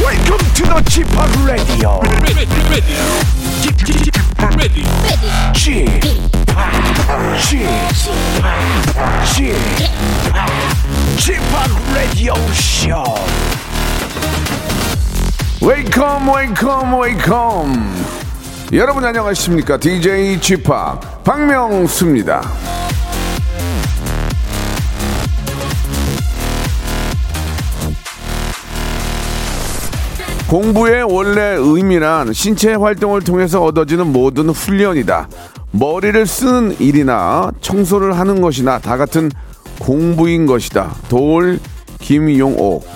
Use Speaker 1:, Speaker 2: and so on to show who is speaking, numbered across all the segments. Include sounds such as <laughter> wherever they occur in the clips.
Speaker 1: Welcome to the Chip Radio.
Speaker 2: ready, ready, ready, ready.
Speaker 1: Chip, Chip, Chip, Chip Radio Show. Welcome, welcome, welcome. 여러분 안녕하십니까? DJ Chip 박명수입니다. 공부의 원래 의미란 신체 활동을 통해서 얻어지는 모든 훈련이다. 머리를 쓰는 일이나 청소를 하는 것이나 다 같은 공부인 것이다. 돌 김용옥.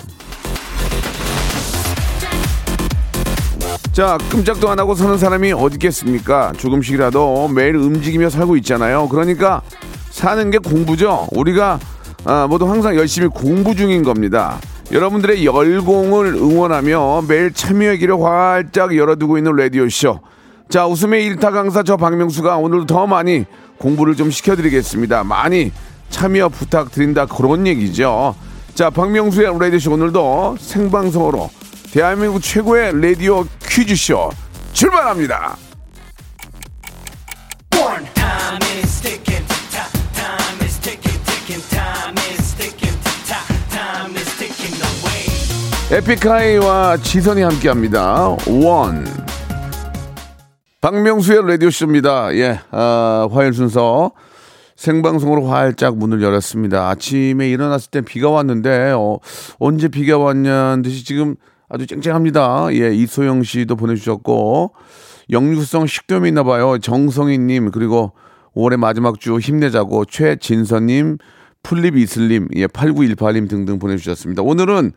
Speaker 1: 자, 끔짝도 안 하고 사는 사람이 어디 있겠습니까? 조금씩이라도 매일 움직이며 살고 있잖아요. 그러니까 사는 게 공부죠. 우리가 아, 모두 항상 열심히 공부 중인 겁니다. 여러분들의 열공을 응원하며 매일 참여의 길을 활짝 열어두고 있는 라디오쇼. 자, 웃음의 일타 강사 저 박명수가 오늘도 더 많이 공부를 좀 시켜드리겠습니다. 많이 참여 부탁드린다. 그런 얘기죠. 자, 박명수의 라디오쇼 오늘도 생방송으로 대한민국 최고의 라디오 퀴즈쇼 출발합니다. 에픽하이와 지선이 함께합니다. 원. 박명수의 라디오쇼입니다. 예, 아, 화요일 순서 생방송으로 활짝 문을 열었습니다. 아침에 일어났을 때 비가 왔는데 어, 언제 비가 왔냐는 듯이 지금 아주 쨍쨍합니다. 예, 이소영 씨도 보내주셨고 영유성 식도염이 있나 봐요. 정성희님 그리고 5월의 마지막 주 힘내자고 최진서님 풀립 이슬님 예, 8918님 등등 보내주셨습니다. 오늘은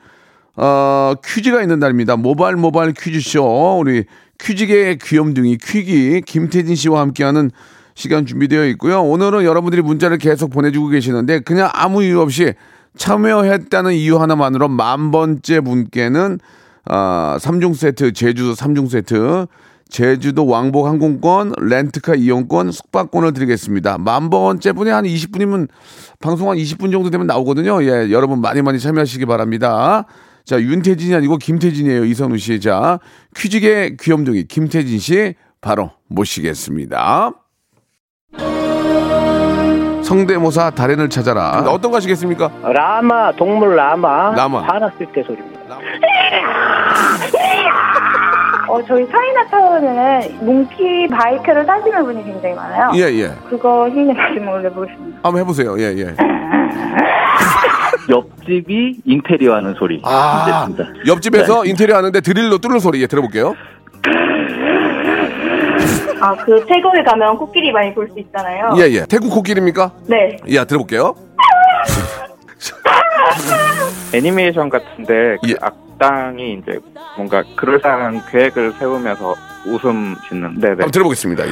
Speaker 1: 어, 퀴즈가 있는 날입니다. 모발 모발 퀴즈쇼. 우리 퀴즈계의 귀염둥이 퀴기 김태진 씨와 함께하는 시간 준비되어 있고요. 오늘은 여러분들이 문자를 계속 보내주고 계시는데 그냥 아무 이유 없이 참여했다는 이유 하나만으로 만 번째 분께는 아, 3종 세트 제주도 3종 세트 제주도 왕복 항공권, 렌트카 이용권, 숙박권을 드리겠습니다. 만 번째 분이 한 20분이면 방송 한 20분 정도 되면 나오거든요. 예, 여러분 많이 많이 참여하시기 바랍니다. 자, 윤태진이 아니고 김태진이에요. 이선우 씨. 자, 퀴즈계 귀염둥이 김태진 씨 바로 모시겠습니다. 성대모사 달인을 찾아라. 어떤 가시겠습니까?
Speaker 3: 라마 동물 라마
Speaker 1: 라마.
Speaker 3: 화났을 때 소리입니다.
Speaker 4: 어, 저희 차이나타운에는 몽키 바이크를 타시는 분이 굉장히 많아요.
Speaker 1: 예, 예.
Speaker 4: 그거 힘이 나지 몰라보겠습니다.
Speaker 1: 한번 해보세요. 예, 예.
Speaker 5: 옆집이 인테리어 하는 소리.
Speaker 1: 아, 네.
Speaker 5: 됐습니다.
Speaker 1: 옆집에서 인테리어 하는데 드릴로 뚫는 소리. 예, 들어볼게요.
Speaker 4: 아, 그 태국에 가면 코끼리 많이 볼 수 있잖아요.
Speaker 1: 예, 예. 태국 코끼리입니까?
Speaker 4: 네.
Speaker 1: 예, 들어볼게요.
Speaker 6: 애니메이션 같은데 그
Speaker 1: 예.
Speaker 6: 악당이 이제 뭔가 그럴싸한 계획을 세우면서 웃음 짓는 네네
Speaker 1: 한번 들어보겠습니다. 예.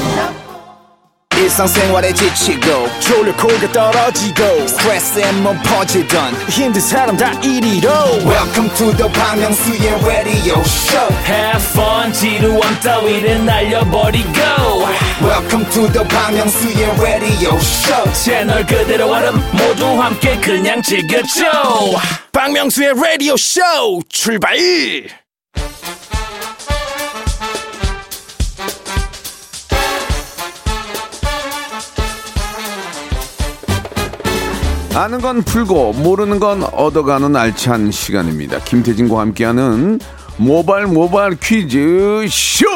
Speaker 7: 일상생활에 지치고, 졸려 코가 떨어지고, 스트레스에 몸 퍼지던, 힘든 사람 다 이리로. welcome to the Bang Myung-soo's radio show
Speaker 8: Have fun 지루한 따위를 날려버리고
Speaker 7: welcome to the Bang Myung-soo's radio show
Speaker 8: 채널 그대로 얼음 모두 함께 그냥 즐겨줘
Speaker 7: 박명수의 라디오 쇼 출발!
Speaker 1: 아는 건 풀고 모르는 건 얻어가는 알찬 시간입니다. 김태진과 함께하는 모발 모발 퀴즈 쇼.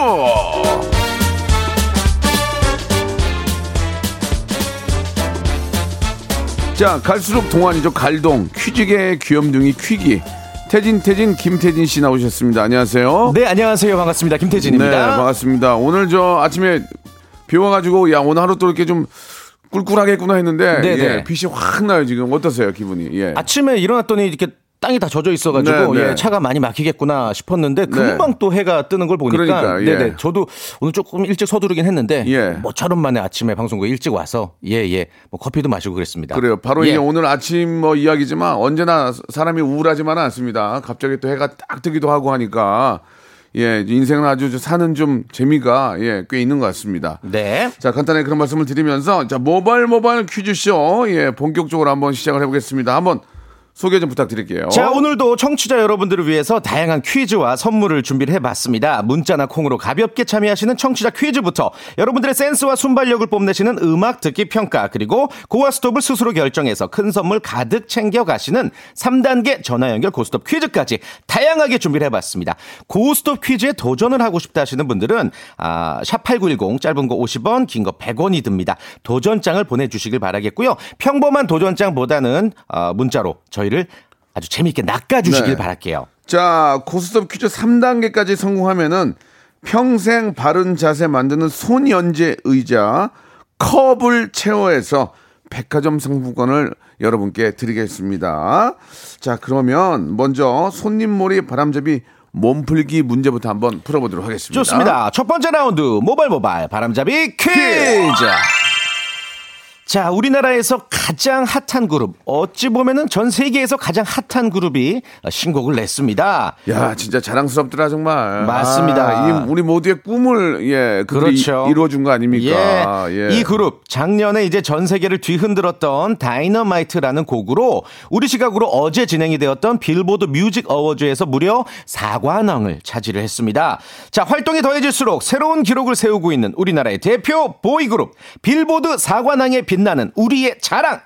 Speaker 1: 자 갈수록 동안이죠 갈동 퀴즈계의 귀염둥이 퀴기 태진 태진 김태진 씨 나오셨습니다. 안녕하세요.
Speaker 9: 네, 안녕하세요. 반갑습니다. 김태진입니다.
Speaker 1: 네, 반갑습니다. 오늘 저 아침에 비 와가지고 야 오늘 하루 또 이렇게 좀 꿀꿀하겠구나 했는데
Speaker 9: 네네.
Speaker 1: 예, 빛이 확 나요 지금 어떠세요 기분이? 예.
Speaker 9: 아침에 일어났더니 이렇게 땅이 다 젖어 있어가지고
Speaker 1: 네, 네.
Speaker 9: 예, 차가 많이 막히겠구나 싶었는데 금방 또 해가 뜨는 걸 보니까
Speaker 1: 그러니까, 예.
Speaker 9: 네네 저도 오늘 조금 일찍 서두르긴 했는데
Speaker 1: 예.
Speaker 9: 뭐처럼 만에 아침에 방송국에 일찍 와서 예예 뭐 커피도 마시고 그랬습니다.
Speaker 1: 그래요. 바로
Speaker 9: 예.
Speaker 1: 이게 오늘 아침 뭐 이야기지만 언제나 사람이 우울하지만은 않습니다. 갑자기 또 해가 딱 뜨기도 하고 하니까 예 인생은 아주 저 사는 좀 재미가 예꽤 있는 것 같습니다.
Speaker 9: 네.
Speaker 1: 자 간단하게 그런 말씀을 드리면서 자 모발 모발 퀴즈쇼 예 본격적으로 한번 시작을 해보겠습니다. 한번 소개 좀 부탁드릴게요.
Speaker 9: 자, 오늘도 청취자 여러분들을 위해서 다양한 퀴즈와 선물을 준비를 해봤습니다. 문자나 콩으로 가볍게 참여하시는 청취자 퀴즈부터 여러분들의 센스와 순발력을 뽐내시는 음악 듣기 평가 그리고 고와 스톱을 스스로 결정해서 큰 선물 가득 챙겨가시는 3단계 전화 연결 고스톱 퀴즈까지 다양하게 준비를 해봤습니다. 고스톱 퀴즈에 도전을 하고 싶다 하시는 분들은 아, 샵8910 짧은 거 50원 긴 거 100원이 듭니다. 도전장을 보내주시길 바라겠고요. 평범한 도전장보다는 아, 문자로 저희를 아주 재미있게 낚아주시길
Speaker 1: 네.
Speaker 9: 바랄게요.
Speaker 1: 자, 고스톱 퀴즈 3단계까지 성공하면은 평생 바른 자세 만드는 손연재 의자 컵을 채워해서 백화점 상품권을 여러분께 드리겠습니다. 자, 그러면 먼저 손님몰이 바람잡이 몸풀기 문제부터 한번 풀어보도록 하겠습니다.
Speaker 9: 좋습니다. 첫 번째 라운드 모발 모발 바람잡이 퀴즈. 자, 우리나라에서 가장 핫한 그룹 어찌 보면은 전 세계에서 가장 핫한 그룹이 신곡을 냈습니다.
Speaker 1: 야, 진짜 자랑스럽더라 정말.
Speaker 9: 맞습니다.
Speaker 1: 아, 이 우리 모두의 꿈을 예, 그들이
Speaker 9: 그렇죠.
Speaker 1: 이루어 준 거 아닙니까?
Speaker 9: 예. 이 그룹 작년에 이제 전 세계를 뒤흔들었던 다이너마이트라는 곡으로 우리 시각으로 어제 진행이 되었던 빌보드 뮤직 어워즈에서 무려 4관왕을 차지를 했습니다. 자, 활동이 더해질수록 새로운 기록을 세우고 있는 우리나라의 대표 보이 그룹 빌보드 4관왕에 빛나는 우리의 자랑.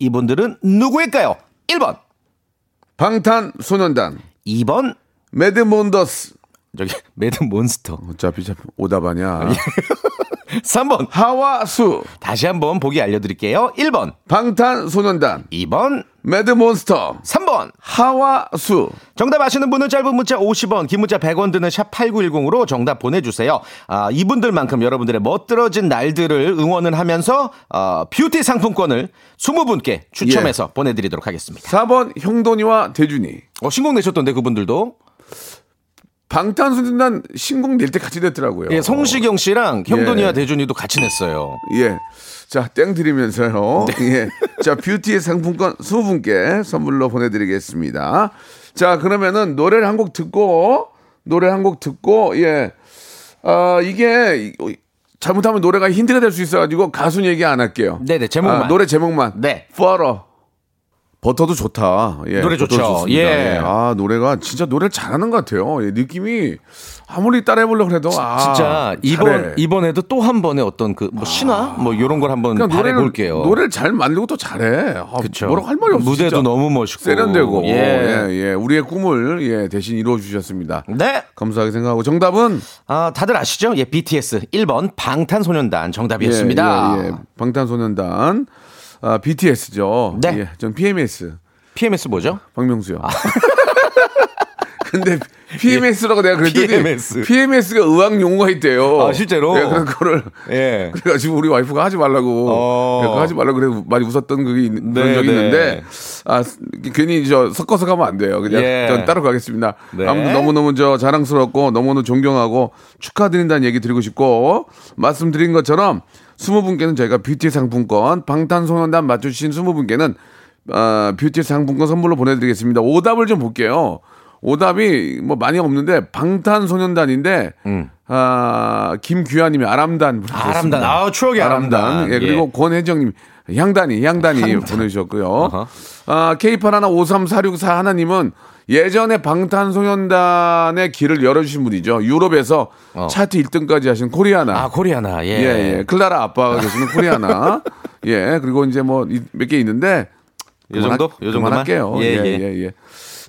Speaker 9: 이분들은 누구일까요? 1번,
Speaker 1: 방탄소년단
Speaker 9: 2번,
Speaker 1: 매드몬더스
Speaker 9: 저기 매드 몬스터.
Speaker 1: 어차피 자- 오답 아니야.
Speaker 9: 예. 3번.
Speaker 1: 하와수,
Speaker 9: 다시 한번 보기 알려 드릴게요. 1번,
Speaker 1: 방탄소년단,
Speaker 9: 2번,
Speaker 1: 매드몬스터,
Speaker 9: 3번.
Speaker 1: 하와수.
Speaker 9: 정답 아시는 분은 짧은 문자 50원, 긴 문자 100원 드는 샵 8910으로 정답 보내주세요. 아, 이분들만큼 여러분들의 멋들어진 날들을 응원을 하면서 어, 뷰티 상품권을 20분께 추첨해서
Speaker 1: 예.
Speaker 9: 보내드리도록 하겠습니다.
Speaker 1: 4번 형돈이와 대준이.
Speaker 9: 어, 신곡 내셨던데 그분들도
Speaker 1: 방탄소년단 신곡 낼 때 같이 냈더라고요.
Speaker 9: 예, 성시경 씨랑 형돈이와
Speaker 1: 어. 예.
Speaker 9: 대준이도 같이 냈어요.
Speaker 1: 예. 자, 땡
Speaker 9: <laughs>
Speaker 1: 드리면서요.
Speaker 9: 네.
Speaker 1: 예. 자, 뷰티의 상품권 20분께 선물로 보내드리겠습니다. 자, 그러면은 노래를 한 곡 듣고, 노래 한 곡 듣고, 예. 아, 이게, 이- 잘못하면 노래가 힌트가 될 수 있어가지고 가수 얘기 안 할게요.
Speaker 9: 네네, 제목만.
Speaker 1: 아, 노래 제목만.
Speaker 9: 네.
Speaker 1: 버터. 버터도 좋다. 예,
Speaker 9: 노래
Speaker 1: 버터
Speaker 9: 좋죠.
Speaker 1: 좋습니다.
Speaker 9: 예.
Speaker 1: 아, 노래가 진짜 노래를 잘하는 것 같아요. 예, 느낌이 아무리 따라해보려고 해도 아,
Speaker 9: 진짜 이번
Speaker 1: 잘해.
Speaker 9: 이번에도 또 한 번의 어떤 그 뭐 신화 뭐 이런 걸 한번
Speaker 1: 그냥
Speaker 9: 바래
Speaker 1: 노래를
Speaker 9: 볼게요.
Speaker 1: 노래를 잘 만들고 또 잘해. 아,
Speaker 9: 그쵸.
Speaker 1: 뭐라고 할 말이 없어.
Speaker 9: 무대도
Speaker 1: 진짜.
Speaker 9: 너무 멋있고
Speaker 1: 세련되고
Speaker 9: 예.
Speaker 1: 예. 예, 우리의 꿈을 예, 대신 이루어 주셨습니다.
Speaker 9: 네.
Speaker 1: 감사하게 생각하고 정답은
Speaker 9: 아, 다들 아시죠? 예, BTS 1번 방탄소년단
Speaker 1: 예,
Speaker 9: 정답이었습니다.
Speaker 1: 예, 예. 방탄소년단 아, BTS죠.
Speaker 9: 네.
Speaker 1: 예, 전 PMS
Speaker 9: PMS 뭐죠?
Speaker 1: 박명수요.
Speaker 9: 아.
Speaker 1: <laughs> 근데 PMS라고 내가 그랬더니
Speaker 9: PMS.
Speaker 1: 가 의학 용어가 있대요.
Speaker 9: 아, 실제로?
Speaker 1: 예, 그런 거를
Speaker 9: 예.
Speaker 1: <laughs> 그래가지고 우리 와이프가 하지 말라고 예,
Speaker 9: 어.
Speaker 1: 그거 하지 말라고 그래 많이 웃었던 그게 있, 그런
Speaker 9: 네,
Speaker 1: 적이
Speaker 9: 네.
Speaker 1: 있는데 아 괜히 저 섞어서 가면 안 돼요 그냥
Speaker 9: 예.
Speaker 1: 전 따로 가겠습니다
Speaker 9: 네.
Speaker 1: 아무튼 너무너무 저 자랑스럽고 너무너무 존경하고 축하드린다는 얘기 드리고 싶고 말씀드린 것처럼 20분께는 저희가 뷰티 상품권 방탄소년단 맞추신 20분께는 아, 뷰티 상품권 선물로 보내드리겠습니다 오답을 좀 볼게요 오답이 뭐 많이 없는데 방탄소년단인데 아 김규환님이 음. 아람단
Speaker 9: 아람단.
Speaker 1: 그렇습니다.
Speaker 9: 아, 추억의 아람단.
Speaker 1: 예, 그리고
Speaker 9: 예.
Speaker 1: 권혜정님 향단이 향단이 보내주셨고요. 아 케이팔 하나 53464 하나님은 예전에 방탄소년단의 길을 열어주신 분이죠. 유럽에서 차트 1등까지 하신 코리아나.
Speaker 9: 어. 아, 코리아나. 예.
Speaker 1: 예, 예. 클라라 아빠가 계시는
Speaker 9: <laughs>
Speaker 1: 코리아나. 예, 그리고 이제 뭐 몇 개 있는데.
Speaker 9: 요 정도? 요 정도만?
Speaker 1: 할게요.
Speaker 9: 예,
Speaker 1: 예, 예,
Speaker 9: 예.
Speaker 1: 예.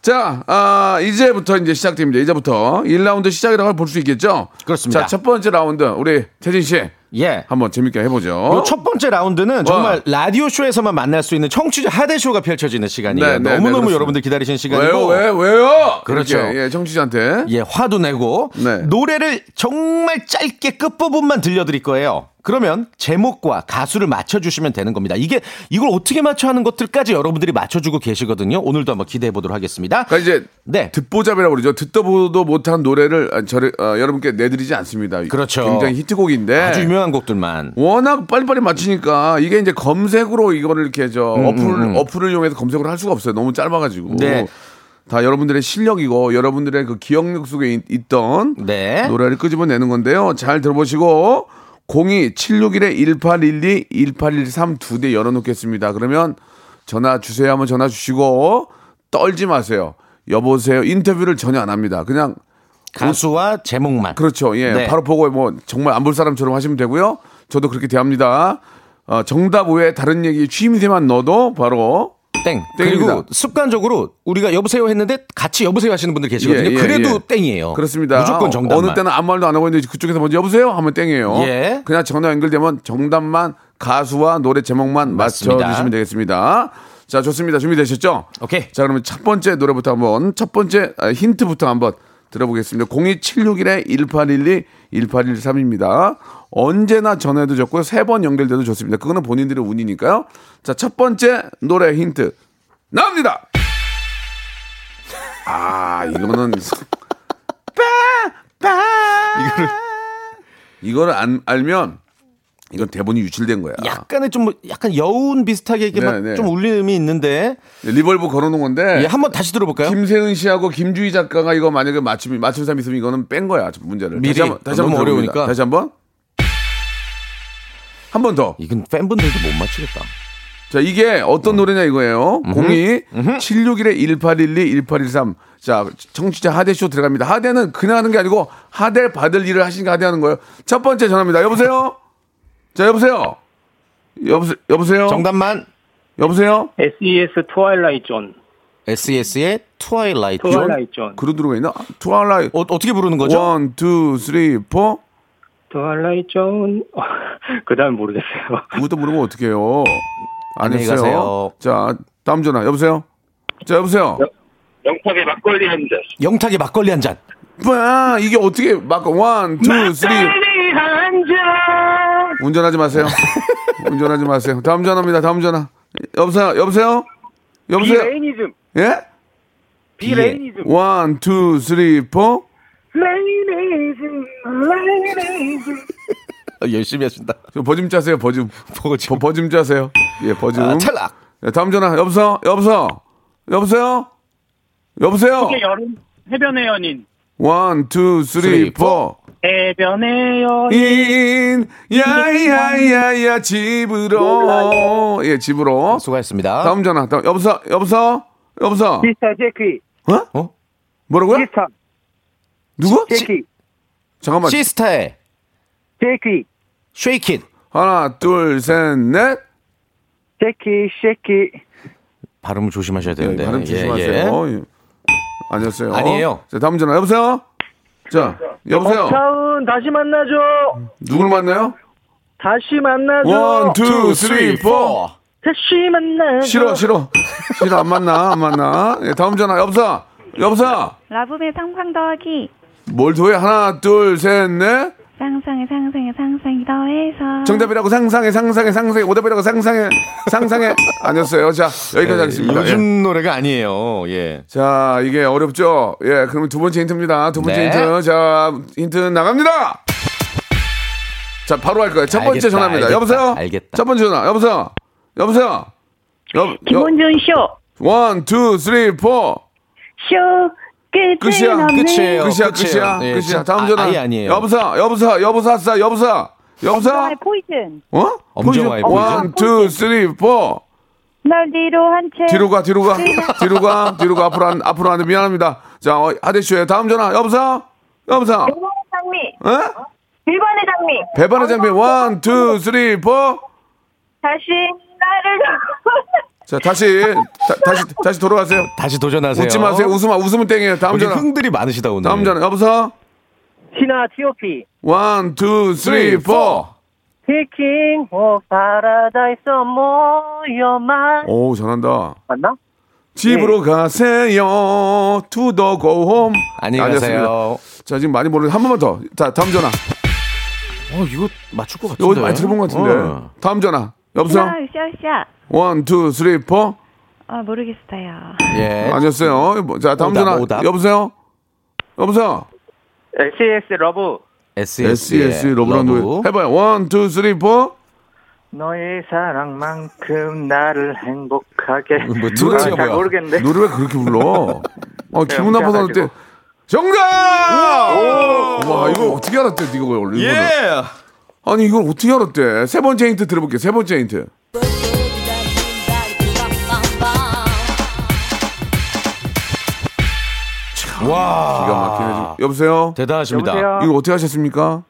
Speaker 1: 자, 아, 이제부터 이제 시작됩니다. 이제부터 1라운드 시작이라고 볼 수 있겠죠?
Speaker 9: 그렇습니다.
Speaker 1: 자, 첫 번째 라운드 우리 태진 씨.
Speaker 9: 예.
Speaker 1: 한번 재밌게 해보죠.
Speaker 9: 요첫 번째 라운드는 정말 라디오 쇼에서만 만날 수 있는 청취자 하대 쇼가 펼쳐지는
Speaker 1: 네,
Speaker 9: 시간이에요.
Speaker 1: 네, 네,
Speaker 9: 너무너무
Speaker 1: 그렇습니다.
Speaker 9: 여러분들 기다리신
Speaker 1: 왜요,
Speaker 9: 시간이고
Speaker 1: 왜, 왜요?
Speaker 9: 그렇죠.
Speaker 1: 이렇게, 예, 청취자한테.
Speaker 9: 예, 화도 내고
Speaker 1: 네.
Speaker 9: 노래를 정말 짧게 끝부분만 들려드릴 거예요. 그러면 제목과 가수를 맞춰주시면 되는 겁니다. 이게 이걸 어떻게 맞춰 하는 것들까지 여러분들이 맞춰주고 계시거든요. 오늘도 한번 기대해 보도록 하겠습니다.
Speaker 1: 그러니까 이제
Speaker 9: 네.
Speaker 1: 듣보잡이라고 그러죠. 듣다 보도 못한 노래를 아, 저를 아, 여러분께 내드리지 않습니다.
Speaker 9: 그렇죠.
Speaker 1: 굉장히 히트곡인데
Speaker 9: 아주 유명한 곡들만.
Speaker 1: 워낙 빨리빨리 맞히니까 이게 이제 검색으로 이거를 이렇게 저 어플 어플을 이용해서 검색을 할 수가 없어요. 너무 짧아가지고.
Speaker 9: 음, 네.
Speaker 1: 다 여러분들의 실력이고 여러분들의 그 기억력 속에 있, 던
Speaker 9: 네.
Speaker 1: 노래를 끄집어내는 건데요. 잘 들어보시고 02761-1812, 1813 두 대 열어놓겠습니다. 그러면 전화 주세요 하면 전화 주시고 떨지 마세요. 여보세요. 인터뷰를 전혀 안 합니다. 그냥
Speaker 9: 가수와 제목만.
Speaker 1: 그렇죠. 예.
Speaker 9: 네.
Speaker 1: 바로 보고 뭐 정말 안 볼 사람처럼 하시면 되고요. 저도 그렇게 대합니다. 어, 정답 외에 다른 얘기 취임새만 넣어도 바로
Speaker 9: 땡.
Speaker 1: 땡입니다.
Speaker 9: 그리고 습관적으로 우리가 여보세요 했는데 같이 여보세요 하시는 분들 계시거든요.
Speaker 1: 예, 예,
Speaker 9: 그래도
Speaker 1: 예.
Speaker 9: 땡이에요.
Speaker 1: 그렇습니다.
Speaker 9: 무조건 정답만.
Speaker 1: 어느 때는 아무 말도 안 하고 있는데 그쪽에서 먼저 여보세요 하면 땡이에요.
Speaker 9: 예.
Speaker 1: 그냥 전화 연결되면 정답만 가수와 노래 제목만 맞춰
Speaker 9: 맞습니다.
Speaker 1: 주시면 되겠습니다. 자, 좋습니다. 준비되셨죠?
Speaker 9: 오케이.
Speaker 1: 자, 그러면 첫 번째 노래부터 한번 첫 번째 아, 힌트부터 한번 들어보겠습니다. 02761의 1812 1813입니다. 언제나 전화해도 좋고요. 세 번 연결돼도 좋습니다. 그거는 본인들의 운이니까요. 자, 첫 번째 노래 힌트 나옵니다. 아, 이거는
Speaker 9: 아,
Speaker 1: 이거를 이거를 안 알면 이건 대본이 유출된 거야.
Speaker 9: 약간의 좀뭐 약간 여운 비슷하게 이게
Speaker 1: 네, 네.
Speaker 9: 막좀 울림이 있는데
Speaker 1: 리벌브 걸어놓은 건데
Speaker 9: 예, 한번 다시 들어볼까요?
Speaker 1: 김세은 씨하고 김주희 작가가 이거 만약에 맞춤 맞춘 사람 있으면 이거는 뺀 거야 문제를.
Speaker 9: 미리.
Speaker 1: 다시 한번 다시 한번
Speaker 9: 너무
Speaker 1: 들어봅니다.
Speaker 9: 어려우니까.
Speaker 1: 다시 한번. 한 번 더.
Speaker 9: 이건 팬분들도 못 맞추겠다.
Speaker 1: 자, 이게
Speaker 9: 음.
Speaker 1: 어떤 노래냐 이거예요. 02 761의 1812 1813. 자, 청취자 하대 쇼 들어갑니다. 하대는 그냥 하는 게 아니고 하대 받을 일을 하시니까 하대 하는 거예요. 첫 번째 전화입니다. 여보세요? 자, 여보세요? 여보세요? 여보세요?
Speaker 9: 정답만
Speaker 1: 여보세요?
Speaker 3: SES E 트와일라이 존.
Speaker 9: SES의 트와일라이트.
Speaker 3: 트와일라이 존.
Speaker 1: 그런 노래가 있나? 트와일라이
Speaker 9: 어, 어떻게 부르는 거죠?
Speaker 1: 원, 투, 쓰리, 포.
Speaker 3: 트와일라이 존. <laughs> 그 다음에 모르겠어요.
Speaker 1: 그것도 모르면 어떡해요. 안
Speaker 9: 안녕히
Speaker 1: 했어요.
Speaker 9: 가세요.
Speaker 1: 자, 다음 전화. 여보세요? 자, 여보세요?
Speaker 6: 영탁의 막걸리 한 잔.
Speaker 9: 영탁의 막걸리 한 잔.
Speaker 1: 와, 아, 이게 어떻게 막 원, 투, 쓰리. 운전하지
Speaker 3: <laughs>
Speaker 1: 마세요. 운전하지 마세요. 다음 전화입니다. 다음 전화. 여보세요. 여보세요. 여보세요.
Speaker 3: 비레이니즘.
Speaker 1: 예?
Speaker 3: 비레이니즘.
Speaker 1: 원, 투, 쓰리, 포.
Speaker 3: 레이니즘. 레이니즘.
Speaker 9: 어, 열심히 하신다.
Speaker 1: 저 버짐 짜세요. 버짐.
Speaker 9: 버짐.
Speaker 1: 버, 짐 짜세요. 예, 버짐.
Speaker 9: 아, 탈락.
Speaker 1: 예, 다음 전화. 여보세요. 여보세요. 여보세요. 여보세요.
Speaker 3: 여름 해변의 연인.
Speaker 1: 원, 투, 쓰리,
Speaker 9: 쓰리,
Speaker 1: 포.
Speaker 3: 해변의 연인.
Speaker 1: 인 야야야야 집으로 예 집으로
Speaker 9: 수고하셨습니다.
Speaker 1: 다음 전화 다음 여보세요 여보세요 여보세요
Speaker 3: 미스터 제키.
Speaker 9: 어?
Speaker 1: 뭐라고요
Speaker 3: 미스터
Speaker 1: 누구
Speaker 3: 제키.
Speaker 1: 잠깐만
Speaker 9: 시스타의
Speaker 3: 제키.
Speaker 9: Shake It.
Speaker 1: 하나 둘 셋 넷
Speaker 3: 제키 쉐키.
Speaker 9: 발음을 조심하셔야 되는데.
Speaker 1: 네, 발음
Speaker 9: 예,
Speaker 1: 조심하세요 예. 안녕하세요
Speaker 9: 아니에요.
Speaker 1: 자 다음 전화 여보세요 자
Speaker 3: 어,
Speaker 1: 여보세요
Speaker 3: 차은 다시 만나죠.
Speaker 1: 누굴 만나요
Speaker 3: 다시 만나죠.
Speaker 1: 원투 쓰리 포
Speaker 3: 다시 만나죠.
Speaker 1: 싫어 싫어 싫어 안 만나 안 만나 예, 다음 전화 여보세요 여보세요
Speaker 4: 라붐의 상상 더하기
Speaker 1: 뭘 더해 하나 둘 셋 넷
Speaker 4: 상상의 상상의 상상이 더해서
Speaker 1: 정답이라고 상상해 상상해 상상해 오답이라고 상상해 상상해 아니었어요 자 여기까지 하겠습니다 예.
Speaker 9: 네, 요즘 노래가 아니에요. 예.
Speaker 1: 자 이게 어렵죠 예 그럼 두 번째 힌트입니다 두 번째
Speaker 9: 네.
Speaker 1: 힌트 자 힌트 나갑니다 자 바로 할 거예요 첫 번째
Speaker 9: 알겠다,
Speaker 1: 전화입니다
Speaker 9: 알겠다,
Speaker 1: 여보세요
Speaker 9: 알겠다.
Speaker 1: 첫 번째 전화 여보세요 여보세요
Speaker 4: 네, 김원준 쇼
Speaker 1: 원투 쓰리 포
Speaker 4: 쇼 끝이
Speaker 1: 끝이야.
Speaker 4: 없네.
Speaker 9: 끝이에요.
Speaker 1: 끝이야
Speaker 9: 끝이에요.
Speaker 1: 끝이야
Speaker 9: 예,
Speaker 1: 끝이야
Speaker 9: 참,
Speaker 1: 다음
Speaker 9: 아,
Speaker 1: 전화
Speaker 9: 아예 아니에요.
Speaker 1: 여보세요 여보세요 여보사사 여보사 여보사
Speaker 4: 엄정화의 아, 포이즌
Speaker 1: 어
Speaker 9: 엄정화의 포지션.
Speaker 1: 원투 쓰리 포
Speaker 4: 널 뒤로 한채
Speaker 1: 뒤로 가, 뒤로 가, 뒤로 가, 뒤로 가. 앞으로 안, 앞으로 안 돼. 미안합니다. 자, 어, 하대쇼의 다음 전화. 여보세요? 여보세요?
Speaker 4: 일본의 장미
Speaker 1: 에?
Speaker 4: 일본의 장미
Speaker 1: 어? 배반의 장비. 원, 투, 쓰리, 포.
Speaker 4: 다시 나를
Speaker 1: 자, 다시, 다, 시 다시 돌아가세요.
Speaker 9: 다시 도전하세요.
Speaker 1: 웃지 마세요. 웃으면, 웃으면 땡이에요. 다음
Speaker 9: 우리
Speaker 1: 전화.
Speaker 9: 흥들이 많으시다 오늘.
Speaker 1: 다음 전화. 여보세요?
Speaker 3: 티나 티오피.
Speaker 1: 원, 투, 쓰리, 포.
Speaker 3: 티킹 오 파라다이스 모여만.
Speaker 1: 오, 잘한다.
Speaker 9: 네.
Speaker 3: 맞나?
Speaker 1: 집으로 가세요. 투더 고홈.
Speaker 9: 안녕히 가세요.
Speaker 1: 자, 지금 많이 모르는데 한 번만 더. 자, 다음 전화.
Speaker 9: 어, 이거 맞출 것 같은데.
Speaker 1: 어디 많이 들어본 것 같은데.
Speaker 9: 어.
Speaker 1: 다음 전화. 여보세요?
Speaker 4: 네. 쇼쇼.
Speaker 1: 원, 투, 쓰리, 포.
Speaker 4: 아 모르겠어요.
Speaker 9: 예.
Speaker 1: 안녕하세요. 뭐, 자, 다음
Speaker 9: 오답,
Speaker 1: 전화.
Speaker 9: 오답.
Speaker 1: 여보세요? 여보세요? E
Speaker 5: SES 러브
Speaker 9: SES. 의
Speaker 1: SES 러브라는 노래. 해봐요. 원, 투, 쓰리, 포.
Speaker 5: 너의 사랑만큼 나를 행복하게
Speaker 9: 뭐, 트로트야,
Speaker 5: 아, 잘
Speaker 9: 뭐야.
Speaker 5: 모르겠네
Speaker 1: 노래 왜 그렇게
Speaker 5: <laughs>
Speaker 1: 불러? 어, 기분
Speaker 5: 혼자
Speaker 1: 나빠서
Speaker 5: 가지고.
Speaker 1: 때 정답! 와, 이거 어떻게 알았대, 이거 원래.
Speaker 9: 예.
Speaker 1: 이거는. 아니, 이걸 어떻게 알았대? 세 번째 힌트 들어볼게요. 세 번째 힌트.
Speaker 9: 와.
Speaker 1: 기가 막히네.
Speaker 5: 아.
Speaker 1: 지금. 여보세요?
Speaker 9: 대단하십니다.
Speaker 5: 여보세요?
Speaker 1: 이거 어떻게 하셨습니까?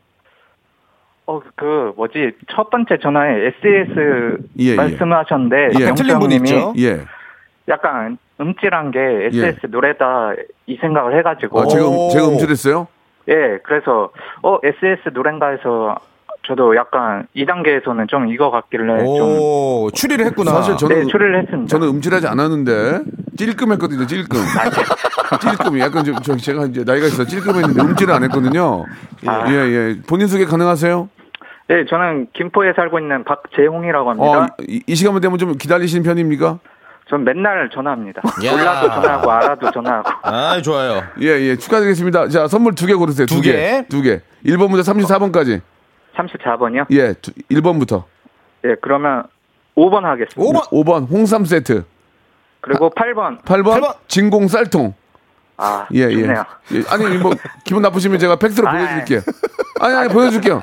Speaker 5: 어 그 뭐지 첫 번째 전화에 SES
Speaker 1: 예, 예.
Speaker 5: 말씀하셨는데
Speaker 1: 예.
Speaker 5: 정
Speaker 9: 틀린 분
Speaker 5: 어?
Speaker 9: 있죠?
Speaker 1: 예.
Speaker 5: 약간 음질한 게 SES 노래다 이 생각을 해가지고
Speaker 1: 아, 제가, 음-
Speaker 9: 오.
Speaker 1: 제가 음질했어요?
Speaker 5: 예 그래서 어 SES 노래인가 해서 저도 약간 2단계에서는 좀 이거 같길래 네, 좀
Speaker 9: 오, 추리를 했구나.
Speaker 1: 사실 저는,
Speaker 5: 네, 추리를 했습니다.
Speaker 1: 저는 음질하지 않았는데, 찔끔했거든요, <laughs> 찔끔. 찔끔이 약간 좀, 저, 제가 이제 나이가 있어 찔끔했는데 음질을 안 했거든요.
Speaker 5: 아.
Speaker 1: 예, 예. 본인 소개 가능하세요?
Speaker 5: 예, 저는 김포에 살고 있는 박재홍이라고 합니다.
Speaker 1: 어, 이, 이 시간만 되면 좀 기다리시는 편입니까?
Speaker 5: 전 맨날 전화합니다.
Speaker 9: 야.
Speaker 5: 몰라도 전화하고 알아도 전화하고. <laughs>
Speaker 9: 아, 좋아요.
Speaker 1: 예, 예. 축하드리겠습니다. 자, 선물 두 개 고르세요. 두
Speaker 9: 두
Speaker 1: 개.
Speaker 9: 개.
Speaker 1: 두 개. 1번부터 34번까지.
Speaker 5: 34번이요?
Speaker 1: 예, 두, 1번부터.
Speaker 5: 예, 그러면 5번 하겠습니다.
Speaker 9: 5번.
Speaker 1: 5번, 홍삼 세트.
Speaker 5: 그리고 8번.
Speaker 1: 8번,
Speaker 9: 팔 번.
Speaker 1: 진공 쌀통.
Speaker 5: 아,
Speaker 1: 예, 예.
Speaker 5: 좋네요.
Speaker 1: 예, 아니, 뭐, 기분 나쁘시면 제가 팩스로
Speaker 5: 아이.
Speaker 1: 보내드릴게요. 아니, 아니, 보내줄게요.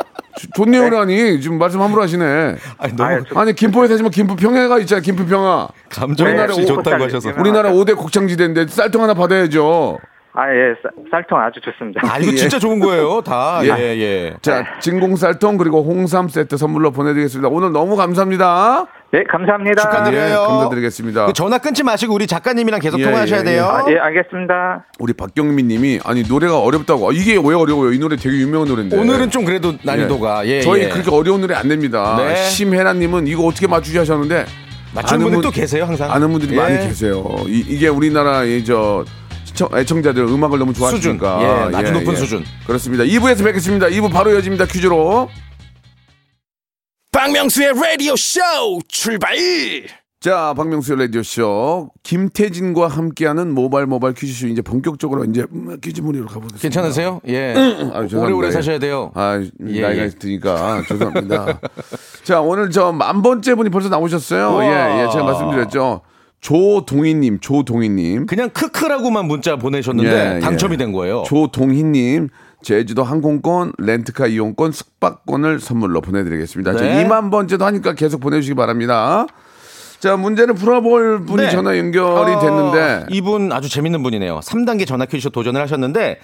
Speaker 1: 좋네요, 라니. 지금 말씀 함부로 하시네.
Speaker 9: 아니, 너무
Speaker 5: 아유,
Speaker 1: 아니, 김포에 사시면 김포평야가 있잖아요, 김포평야.
Speaker 9: 감정
Speaker 5: 우리나라
Speaker 9: 없이
Speaker 5: 오-
Speaker 9: 좋다고 하셔서.
Speaker 5: 우리-
Speaker 1: 우리나라 5대 곡창지대인데 쌀통 하나 받아야죠.
Speaker 5: 아, 예, 쌀- 쌀통 아주 좋습니다.
Speaker 9: 아, 이거 진짜 좋은 거예요, 다.
Speaker 1: 예.
Speaker 9: 예, 예.
Speaker 1: 자, 진공 쌀통 그리고 홍삼 세트 선물로 보내드리겠습니다. 오늘 너무 감사합니다.
Speaker 5: 예, 감사합니다.
Speaker 9: 축하드려요.
Speaker 1: 예, 감사드리겠습니다.
Speaker 9: 그 전화 끊지 마시고 우리 작가님이랑 계속
Speaker 1: 예,
Speaker 9: 통화하셔야
Speaker 1: 예,
Speaker 9: 돼요.
Speaker 5: 아, 예, 알겠습니다.
Speaker 1: 우리 박경민 님이 아니 노래가 어렵다고 아, 이게 왜 어려워요? 이 노래 되게 유명한
Speaker 5: 예.
Speaker 1: 노래인데.
Speaker 9: 오늘은 좀 그래도 난이도가 예,
Speaker 1: 저희
Speaker 9: 예.
Speaker 1: 그렇게 어려운 노래 안 냅니다.
Speaker 9: 네.
Speaker 1: 심혜란 님은 이거 어떻게 맞추지 하셨는데
Speaker 9: 맞추는
Speaker 1: 아는
Speaker 9: 분들
Speaker 1: 분-
Speaker 9: 또 계세요 항상.
Speaker 1: 아는 분들이
Speaker 9: 예.
Speaker 1: 많이 계세요. 이, 게 우리나라의 저 시청- 애청자들 음악을 너무 좋아하니까
Speaker 9: 수준. 예, 아주 높은 수준.
Speaker 1: 그렇습니다. 2부에서 뵙겠습니다. 2부 바로 이어집니다. 퀴즈로.
Speaker 8: 박명수의 라디오 쇼 출발
Speaker 1: 자, 박명수의 라디오쇼. 김태진과 함께하는 모발 모발 퀴즈쇼. 이제 본격적으로 이제 음, 퀴즈 문의로 가보겠습니다.
Speaker 9: 괜찮으세요? 예.
Speaker 1: 음, 아유, 죄송합니다.
Speaker 9: 오래오래
Speaker 1: 예.
Speaker 9: 사셔야 돼요.
Speaker 1: 아,
Speaker 9: 예,
Speaker 1: 나이가
Speaker 9: 예.
Speaker 1: 드니까 아, 죄송합니다. <laughs> 자, 오늘 저 만 번째 분이 벌써 나오셨어요.
Speaker 9: 우와.
Speaker 1: 예, 예, 제가 말씀드렸죠. 조동희님, 조동희님,
Speaker 9: 그냥 크크라고만 문자 보내셨는데
Speaker 1: 예,
Speaker 9: 당첨이
Speaker 1: 예.
Speaker 9: 된 거예요.
Speaker 1: 조동희님, 제주도 항공권, 렌트카 이용권, 숙박권을 선물로 보내드리겠습니다. 자,
Speaker 9: 네.
Speaker 1: 2만 번째도 하니까 계속 보내주시기 바랍니다. 자, 문제는 풀어볼 분이
Speaker 9: 네.
Speaker 1: 전화 연결이
Speaker 9: 어,
Speaker 1: 됐는데
Speaker 9: 이분 아주 재밌는 분이네요. 3단계 전화 퀴즈 도전을 하셨는데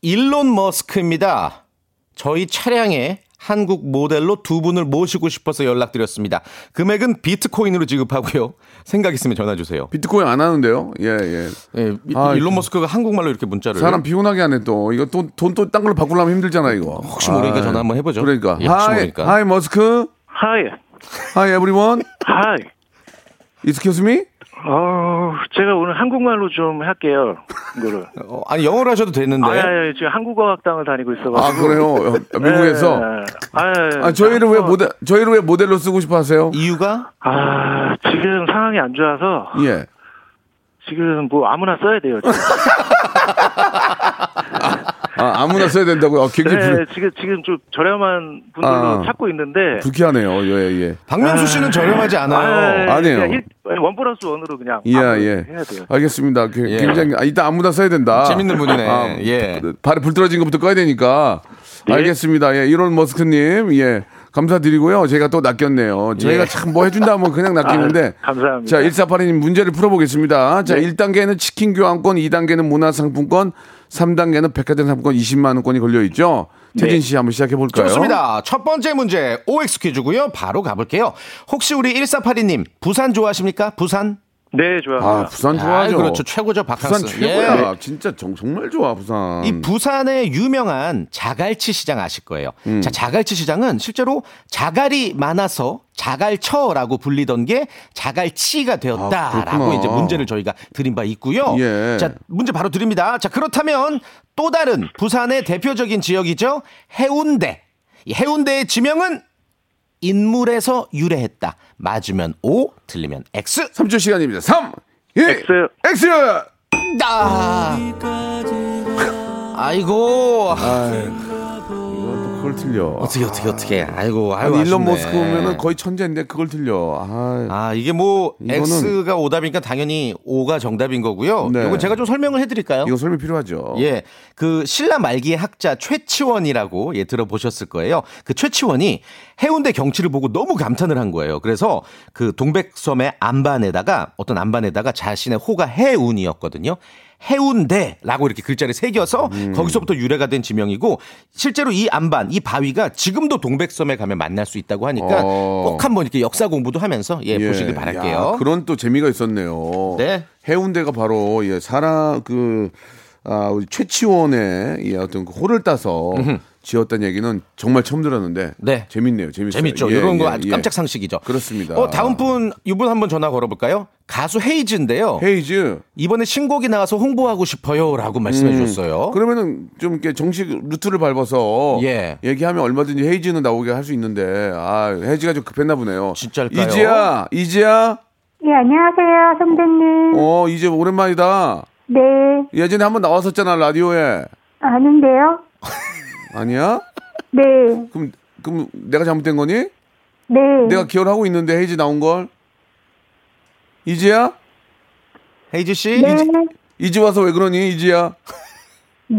Speaker 9: 일론 머스크입니다. 저희 차량에 한국 모델로 두 분을 모시고 싶어서 연락드렸습니다. 금액은 비트코인으로 지급하고요. 생각 있으면 전화 주세요.
Speaker 1: 비트코인 안 하는데요. 예, 예.
Speaker 9: 예, 이-
Speaker 1: 아,
Speaker 9: 일론 머스크가 한국말로 이렇게 문자를
Speaker 1: 사람 피곤하게 하네 또. 이거 또 돈 또 딴 걸로 바꾸려면 힘들잖아 이거.
Speaker 9: 혹시 모르니까 전화 한번 해보죠.
Speaker 1: 그러니까.
Speaker 9: 예, 혹시
Speaker 1: 하이,
Speaker 9: 모르니까.
Speaker 1: 하이 머스크.
Speaker 3: 하이,
Speaker 1: 하이 에브리원.
Speaker 3: 하이.
Speaker 1: Excuse me?
Speaker 3: 어, 제가 오늘 한국말로 좀 할게요. 이거를.
Speaker 9: 어, 아니 영어로 하셔도 되는데.
Speaker 3: 아, 예, 예, 지금 한국어학당을 다니고
Speaker 1: 아,
Speaker 3: 있어가지고.
Speaker 1: 그래요. 미국에서.
Speaker 3: 예, 예. 아, 예,
Speaker 1: 아, 저희를 왜 모델 저희를 왜 모델로 쓰고 싶어 하세요?
Speaker 9: 이유가
Speaker 3: 아, 지금 상황이 안 좋아서
Speaker 1: 예.
Speaker 3: 지금 뭐 아무나 써야 돼요. 지금.
Speaker 1: 아, 아무나 써야 된다고요. 아, 굉장히
Speaker 3: 네,
Speaker 1: 불,
Speaker 3: 지금 지금 좀 저렴한 분들로
Speaker 1: 아.
Speaker 3: 찾고 있는데.
Speaker 1: 불쾌하네요. 예, 예.
Speaker 9: 박명수 씨는 저렴하지
Speaker 3: 예,
Speaker 9: 않아요.
Speaker 1: 아, 아니에요.
Speaker 3: 네, 그냥 일- 원 플러스 원으로 그냥
Speaker 1: 예,
Speaker 3: 아무거나
Speaker 1: 예.
Speaker 3: 해야 돼요.
Speaker 1: 알겠습니다. 그-
Speaker 9: 예.
Speaker 1: 굉장히 아, 이따 아무나 써야 된다.
Speaker 9: 재밌는 분이네.
Speaker 1: 아,
Speaker 9: 예.
Speaker 1: 발에 불 떨어진 것부터 꺼야 되니까. 알겠습니다. 예, 이론 머스크 님. 예. 감사드리고요. 제가 또 낚였네요. 저희가
Speaker 9: 예.
Speaker 1: 참 뭐 해준다 하면 그냥 낚이는데.
Speaker 3: 아, 감사합니다.
Speaker 1: 자, 1482님 문제를 풀어보겠습니다.
Speaker 9: 네.
Speaker 1: 자, 1단계는 치킨 교환권, 2단계는 문화상품권, 3단계는 백화점 상품권 20만원권이 걸려있죠. 태진 씨 한번 시작해볼까요?
Speaker 9: 네. 좋습니다. 첫 번째 문제 OX 퀴즈고요. 바로 가볼게요. 혹시 우리 1482님 부산 좋아하십니까? 부산?
Speaker 3: 네, 좋아요.
Speaker 1: 아, 부산
Speaker 9: 아이,
Speaker 1: 좋아하죠.
Speaker 9: 그렇죠. 최고죠.
Speaker 1: 부산
Speaker 9: 바캉스.
Speaker 1: 최고야.
Speaker 9: 예.
Speaker 1: 진짜 정, 말 좋아, 부산.
Speaker 9: 이 부산의 유명한 자갈치 시장 아실 거예요.
Speaker 1: 음.
Speaker 9: 자, 자갈치 시장은 실제로 자갈이 많아서 자갈처라고 불리던 게 자갈치가
Speaker 1: 아,
Speaker 9: 되었다라고
Speaker 1: 그렇구나.
Speaker 9: 이제 문제를 저희가 드린 바 있고요.
Speaker 1: 예.
Speaker 9: 자, 문제 바로 드립니다. 자, 그렇다면 또 다른 부산의 대표적인 지역이죠. 해운대. 이 해운대의 지명은 인물에서 유래했다. 맞으면 O, 틀리면 X.
Speaker 1: 3초 시간입니다. 3, 2,
Speaker 3: X.
Speaker 1: X!
Speaker 9: 아. <laughs> 아이고.
Speaker 1: 이건 또 그걸 틀려.
Speaker 9: 어떻게 어떻게 어떻게. 아이고. 아이고.
Speaker 1: 아니, 일론
Speaker 9: 아쉽네.
Speaker 1: 머스크 보면은 거의 천재인데 그걸 틀려. 아,
Speaker 9: 아, 이게 뭐
Speaker 1: 이거는-
Speaker 9: X가 오답이니까 당연히 O가 정답인 거고요.
Speaker 1: 네.
Speaker 9: 이건 제가 좀 설명을 해 드릴까요?
Speaker 1: 이거 설명 필요하죠.
Speaker 9: 예. 그 신라 말기의 학자 최치원이라고 예 들어보셨을 거예요. 그 최치원이 해운대 경치를 보고 너무 감탄을 한 거예요. 그래서 그 동백섬의 안반에다가 어떤 안반에다가 자신의 호가 해운이었거든요. 해운대라고 이렇게 글자를 새겨서
Speaker 1: 음.
Speaker 9: 거기서부터 유래가 된 지명이고 실제로 이 안반, 이 바위가 지금도 동백섬에 가면 만날 수 있다고 하니까
Speaker 1: 어.
Speaker 9: 꼭 한번 이렇게 역사 공부도 하면서 예,
Speaker 1: 예.
Speaker 9: 보시길 바랄게요.
Speaker 1: 야, 그런 또 재미가 있었네요.
Speaker 9: 네.
Speaker 1: 해운대가 바로 예, 사라 그 아, 우리 최치원의 이 어떤 그 호를 따서 지었다는 얘기는 정말 처음 들었는데
Speaker 9: 네.
Speaker 1: 재밌네요. 재밌어요.
Speaker 9: 재밌죠.
Speaker 1: 예,
Speaker 9: 이런 거
Speaker 1: 예,
Speaker 9: 아주
Speaker 1: 예.
Speaker 9: 깜짝 상식이죠.
Speaker 1: 그렇습니다.
Speaker 9: 어, 다음 분, 이분 한번 전화 걸어볼까요? 가수 헤이즈인데요.
Speaker 1: 헤이즈.
Speaker 9: 이번에 신곡이 나와서 홍보하고 싶어요. 라고 말씀해 주셨어요.
Speaker 1: 음. 그러면은 좀 이렇게 정식 루트를 밟아서
Speaker 9: 예.
Speaker 1: 얘기하면 얼마든지 헤이즈는 나오게 할 수 있는데 아 헤이즈가 좀 급했나 보네요.
Speaker 9: 진짜일까요?
Speaker 1: 이지야, 이지야,
Speaker 4: 예, 안녕하세요, 선배님.
Speaker 1: 어 이제 오랜만이다.
Speaker 4: 네,
Speaker 1: 예전에 한번 나왔었잖아 라디오에
Speaker 4: 아는데요.
Speaker 1: 아니야?
Speaker 4: 네,
Speaker 1: 그럼 그럼 내가 잘못된 거니?
Speaker 4: 네.
Speaker 1: 내가 기억을 하고 있는데 헤이즈 나온 걸 이지야?
Speaker 9: 헤이즈 씨?
Speaker 4: 네,
Speaker 1: 이지 와서 왜 그러니 이지야?
Speaker 4: 네.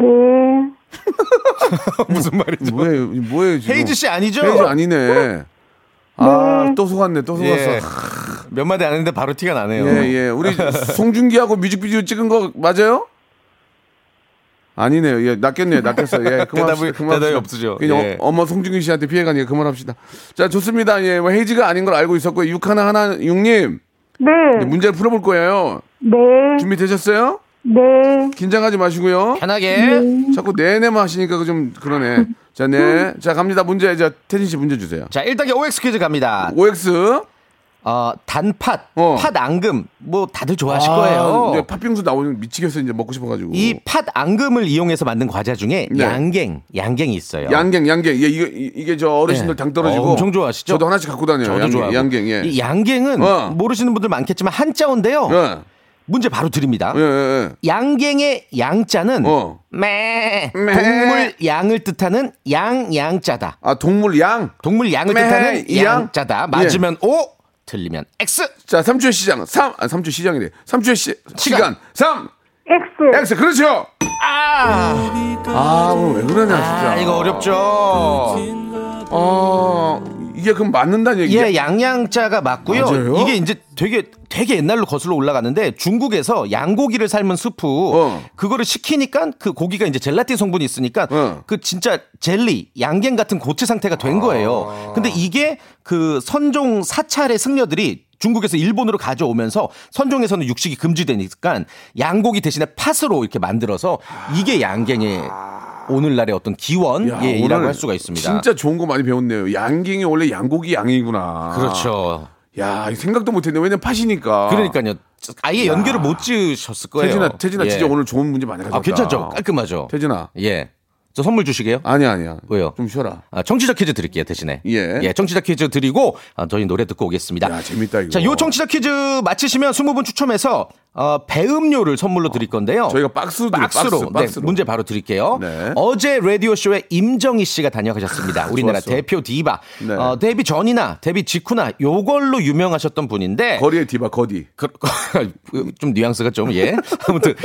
Speaker 9: <laughs> 무슨 말이죠?
Speaker 1: 뭐해 뭐해 지금?
Speaker 9: 헤이즈 씨 아니죠?
Speaker 1: 헤이즈 아니네. 아또 속았네 또 속았어.
Speaker 9: 예. 몇 마디 안 했는데 바로 티가 나네요.
Speaker 1: 예, 예.
Speaker 9: <laughs>
Speaker 1: 우리 송중기하고 뮤직비디오 찍은 거 맞아요? 아니네요. 예, 낚였네요. 낚였어. 예, 그만합시다.
Speaker 9: 대답이-
Speaker 1: 그만합시다.
Speaker 9: 대답이 없으죠.
Speaker 1: 그냥
Speaker 9: 예.
Speaker 1: 어- 엄마 송중기 씨한테 피해가니까 그만합시다. 자, 좋습니다. 예, 뭐 헤이즈가 아닌 걸 알고 있었고요. 육하나 하나 육님
Speaker 4: 네,
Speaker 1: 문제를 풀어볼 거예요.
Speaker 4: 네,
Speaker 1: 준비되셨어요?
Speaker 4: 네.
Speaker 1: 긴장하지 마시고요.
Speaker 9: 편하게.
Speaker 1: 자꾸 내내만 하시니까 좀 그러네. 자, 네. 자, 갑니다. 문제. 자, 태진 씨 문제 주세요.
Speaker 9: 자, 1단계 OX 퀴즈 갑니다.
Speaker 1: OX.
Speaker 9: 어, 단팥,
Speaker 1: 어.
Speaker 9: 팥 앙금. 뭐 다들 좋아하실 거예요.
Speaker 1: 아, 이제 팥빙수 나오면 미치겠어. 이제 먹고 싶어가지고.
Speaker 9: 이 팥 앙금을 이용해서 만든 과자 중에
Speaker 1: 네.
Speaker 9: 양갱, 양갱이 있어요.
Speaker 1: 양갱, 양갱. 예, 이거 이- 이게 저 어르신들
Speaker 9: 네.
Speaker 1: 당 떨어지고
Speaker 9: 어, 엄청 좋아하시죠?
Speaker 1: 저도 하나씩 갖고 다녀요.
Speaker 9: 저도
Speaker 1: 양갱,
Speaker 9: 좋아하고.
Speaker 1: 양갱, 예.
Speaker 9: 이 양갱은
Speaker 1: 어.
Speaker 9: 모르시는 분들 많겠지만 한자어인데요.
Speaker 1: 예.
Speaker 9: 문제 바로 드립니다.
Speaker 1: 예, 예,
Speaker 9: 양갱의 양자는
Speaker 1: 어.
Speaker 9: 매
Speaker 1: 매.
Speaker 9: 동물 양을 뜻하는 양양자다.
Speaker 1: 아, 동물 양.
Speaker 9: 동물 양을
Speaker 1: 매,
Speaker 9: 뜻하는
Speaker 1: 양. 예.
Speaker 9: 양자다. 맞으면 O, 틀리면 X.
Speaker 1: 자, 3초의 시장. 3, 아, 3초 시장이래. 3초의 시, 시간.
Speaker 9: 시간.
Speaker 1: 3,
Speaker 4: X.
Speaker 1: X. 그렇죠.
Speaker 9: 아,
Speaker 1: 아, 오늘 왜 그러냐, 진짜.
Speaker 9: 아, 이거 어렵죠.
Speaker 1: 어, 이게 그럼 맞는다는 얘기야?
Speaker 9: 예, 양양자가 맞고요.
Speaker 1: 맞아요?
Speaker 9: 이게 이제 되게 되게 옛날로 거슬러 올라가는데 중국에서 양고기를 삶은 스프
Speaker 1: 어.
Speaker 9: 그거를 식히니까 그 고기가 이제 젤라틴 성분이 있으니까
Speaker 1: 어.
Speaker 9: 그 진짜 젤리, 양갱 같은 고체 상태가 된 거예요.
Speaker 1: 아.
Speaker 9: 근데 이게 그 선종 사찰의 승려들이 중국에서 일본으로 가져오면서 선종에서는 육식이 금지되니까 양고기 대신에 팥으로 이렇게 만들어서 이게 양갱의 오늘날의 어떤
Speaker 1: 아. 야,
Speaker 9: 예, 기원이라고
Speaker 1: 오늘
Speaker 9: 할 수가 있습니다.
Speaker 1: 진짜 좋은 거 많이 배웠네요. 양갱이 원래 양고기 양이구나.
Speaker 9: 그렇죠.
Speaker 1: 야, 생각도 못했네. 왜냐면 팥이니까.
Speaker 9: 그러니까요. 아예 연결을 못 지으셨을
Speaker 1: 아.
Speaker 9: 거예요.
Speaker 1: 태진아, 태진아,
Speaker 9: 예.
Speaker 1: 진짜 오늘 좋은 문제 많이 가져왔다.
Speaker 9: 아, 괜찮죠? 깔끔하죠?
Speaker 1: 태진아.
Speaker 9: 예. 저 선물 주시게요?
Speaker 1: 아니야, 아니야.
Speaker 9: 왜요?
Speaker 1: 좀 쉬어라.
Speaker 9: 아, 청취자 퀴즈 드릴게요, 대신에.
Speaker 1: 예.
Speaker 9: 청취자 퀴즈 드리고, 아, 저희 노래 듣고 오겠습니다.
Speaker 1: 야, 재밌다, 이거.
Speaker 9: 자, 요 청취자 퀴즈 맞히시면 20분 추첨해서, 어, 배음료를 선물로 드릴 건데요.
Speaker 1: 저희가 박스로 드려요,
Speaker 9: 박스로.
Speaker 1: 박스, 박스로.
Speaker 9: 네, 문제 바로 드릴게요.
Speaker 1: 네.
Speaker 9: 어제 라디오쇼에 임정희 씨가 다녀가셨습니다. 우리나라
Speaker 1: 좋았어.
Speaker 9: 대표 디바.
Speaker 1: 네.
Speaker 9: 어, 데뷔 전이나 데뷔 직후나 요걸로 유명하셨던 분인데.
Speaker 1: 거리의 디바, 거디.
Speaker 9: 그, <laughs> 좀 뉘앙스가 좀, 예. <laughs> 아무튼,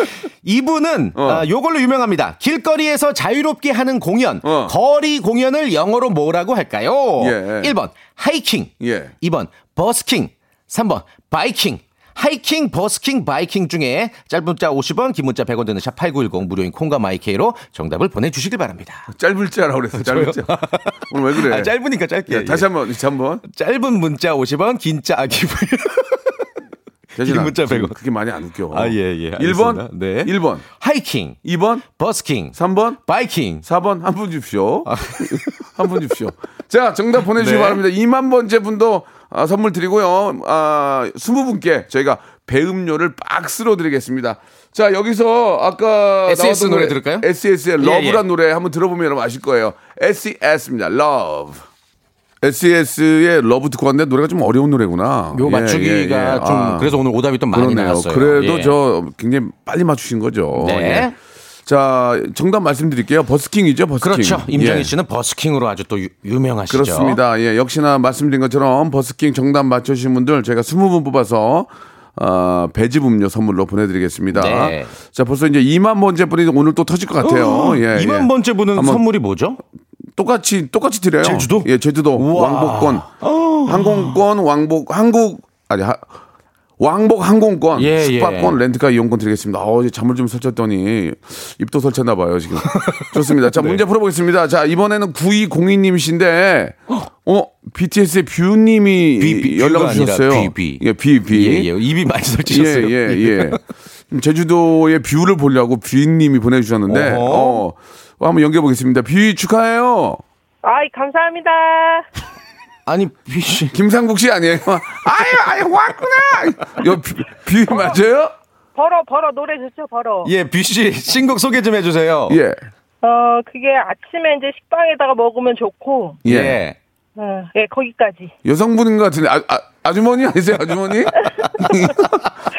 Speaker 9: 이분은,
Speaker 1: 어.
Speaker 9: 아, 요걸로 유명합니다. 길거리에서 자유롭게 하는 공연,
Speaker 1: 어.
Speaker 9: 거리 공연을 영어로 뭐라고 할까요?
Speaker 1: 예.
Speaker 9: 1번, 하이킹.
Speaker 1: 예.
Speaker 9: 2번, 버스킹. 3번, 바이킹. 하이킹, 버스킹, 바이킹 중에 짧은 문자 50원, 긴 문자 100원 드는 샵 8910 무료인 콩과 마이케이로 정답을 보내주시길 바랍니다.
Speaker 1: 짧을 줄 알아 그랬어. 짧을 줄. 오늘 왜 그래?
Speaker 9: 아, 짧으니까 짧게.
Speaker 1: 야, 네. 예, 다시 한번, 다시 한번.
Speaker 9: 짧은 문자 50원, 긴 짜, 아, 긴
Speaker 1: 대진아,
Speaker 9: 문자
Speaker 1: 지금
Speaker 9: 100원.
Speaker 1: 그게 많이 안 웃겨.
Speaker 9: 아, 예, 예.
Speaker 1: 1번,
Speaker 9: 알겠습니다. 네.
Speaker 1: 1번,
Speaker 9: <laughs> 하이킹,
Speaker 1: 2번,
Speaker 9: 버스킹,
Speaker 1: 3번,
Speaker 9: 바이킹.
Speaker 1: 4번 한 분 줍쇼. <laughs> 한 분 줍쇼. 자, 정답 보내주시기
Speaker 9: 네.
Speaker 1: 바랍니다. 2만 번째 분도 아, 선물 드리고요. 아, 20분께 저희가 배음료를 박스로 드리겠습니다. 자, 여기서 아까
Speaker 9: SES
Speaker 1: 나왔던
Speaker 9: 노래 들을까요?
Speaker 1: SES의
Speaker 9: 예,
Speaker 1: 러브란
Speaker 9: 예.
Speaker 1: 노래 한번 들어보면 여러분 아실 거예요. SES입니다. 러브. SES의 러브 듣고 왔는데 노래가 좀 어려운 노래구나.
Speaker 9: 요
Speaker 1: 예,
Speaker 9: 맞추기가
Speaker 1: 예, 예.
Speaker 9: 좀
Speaker 1: 아,
Speaker 9: 그래서 오늘 오답이 좀 많이
Speaker 1: 그러네요.
Speaker 9: 나왔어요.
Speaker 1: 그래도
Speaker 9: 예.
Speaker 1: 저 굉장히 빨리 맞추신 거죠.
Speaker 9: 네.
Speaker 1: 예. 자, 정답 말씀드릴게요. 버스킹이죠, 버스킹.
Speaker 9: 그렇죠. 임정희
Speaker 1: 예.
Speaker 9: 씨는 버스킹으로 아주 또 유, 유명하시죠.
Speaker 1: 그렇습니다. 예, 역시나 말씀드린 것처럼 버스킹 정답 맞춰주신 분들 저희가 20분 뽑아서 어, 배즙 음료 선물로 보내드리겠습니다.
Speaker 9: 네.
Speaker 1: 자, 벌써 이제 2만 번째 분이 오늘 또 터질 것 같아요.
Speaker 9: 어,
Speaker 1: 예,
Speaker 9: 2만
Speaker 1: 예.
Speaker 9: 번째 분은
Speaker 1: 한번
Speaker 9: 선물이 뭐죠?
Speaker 1: 똑같이 똑같이 드려요.
Speaker 9: 제주도?
Speaker 1: 예, 제주도
Speaker 9: 우와. 어.
Speaker 1: 왕복권, 항공권, 왕복 한국 아니 하, 왕복 항공권,
Speaker 9: 예,
Speaker 1: 숙박권,
Speaker 9: 예.
Speaker 1: 렌트카 이용권 드리겠습니다. 어, 이제 잠을 좀 설쳤더니 입도 설쳤나 봐요
Speaker 9: <laughs>
Speaker 1: 지금. 좋습니다.
Speaker 9: 네.
Speaker 1: 자 문제 풀어보겠습니다. 자 이번에는 9202님이신데, 어 BTS의 뷰님이
Speaker 9: 뷰, 뷰, 뷰가
Speaker 1: 연락을
Speaker 9: 아니라
Speaker 1: 주셨어요.
Speaker 9: 뷰, 뷰.
Speaker 1: 예, 비
Speaker 9: 예,
Speaker 1: 비.
Speaker 9: 예. 입이 많이 설치셨어요.
Speaker 1: 예, 예, 예. 음, 제주도의 뷰를 보려고 뷰님이 보내주셨는데,
Speaker 9: 어허.
Speaker 1: 어, 한번 연결해보겠습니다. 뷰 축하해요.
Speaker 10: 아이 감사합니다.
Speaker 9: 아니, 비-
Speaker 1: 김상국 씨 아니에요? <laughs> 아유, 아유, 왔구나! 여, 뷰, 뷰 맞아요?
Speaker 10: 벌어 벌어 노래 좋죠 벌어.
Speaker 9: 예, 뷔씨 신곡 소개 좀 해주세요.
Speaker 1: 예.
Speaker 10: 어 그게 아침에 이제 식빵에다가 먹으면 좋고
Speaker 1: 예.
Speaker 9: 예.
Speaker 10: 어, 예 거기까지.
Speaker 1: 여성분인 것 같은데, 아, 아, 아주머니 아니세요, 아주머니? <laughs>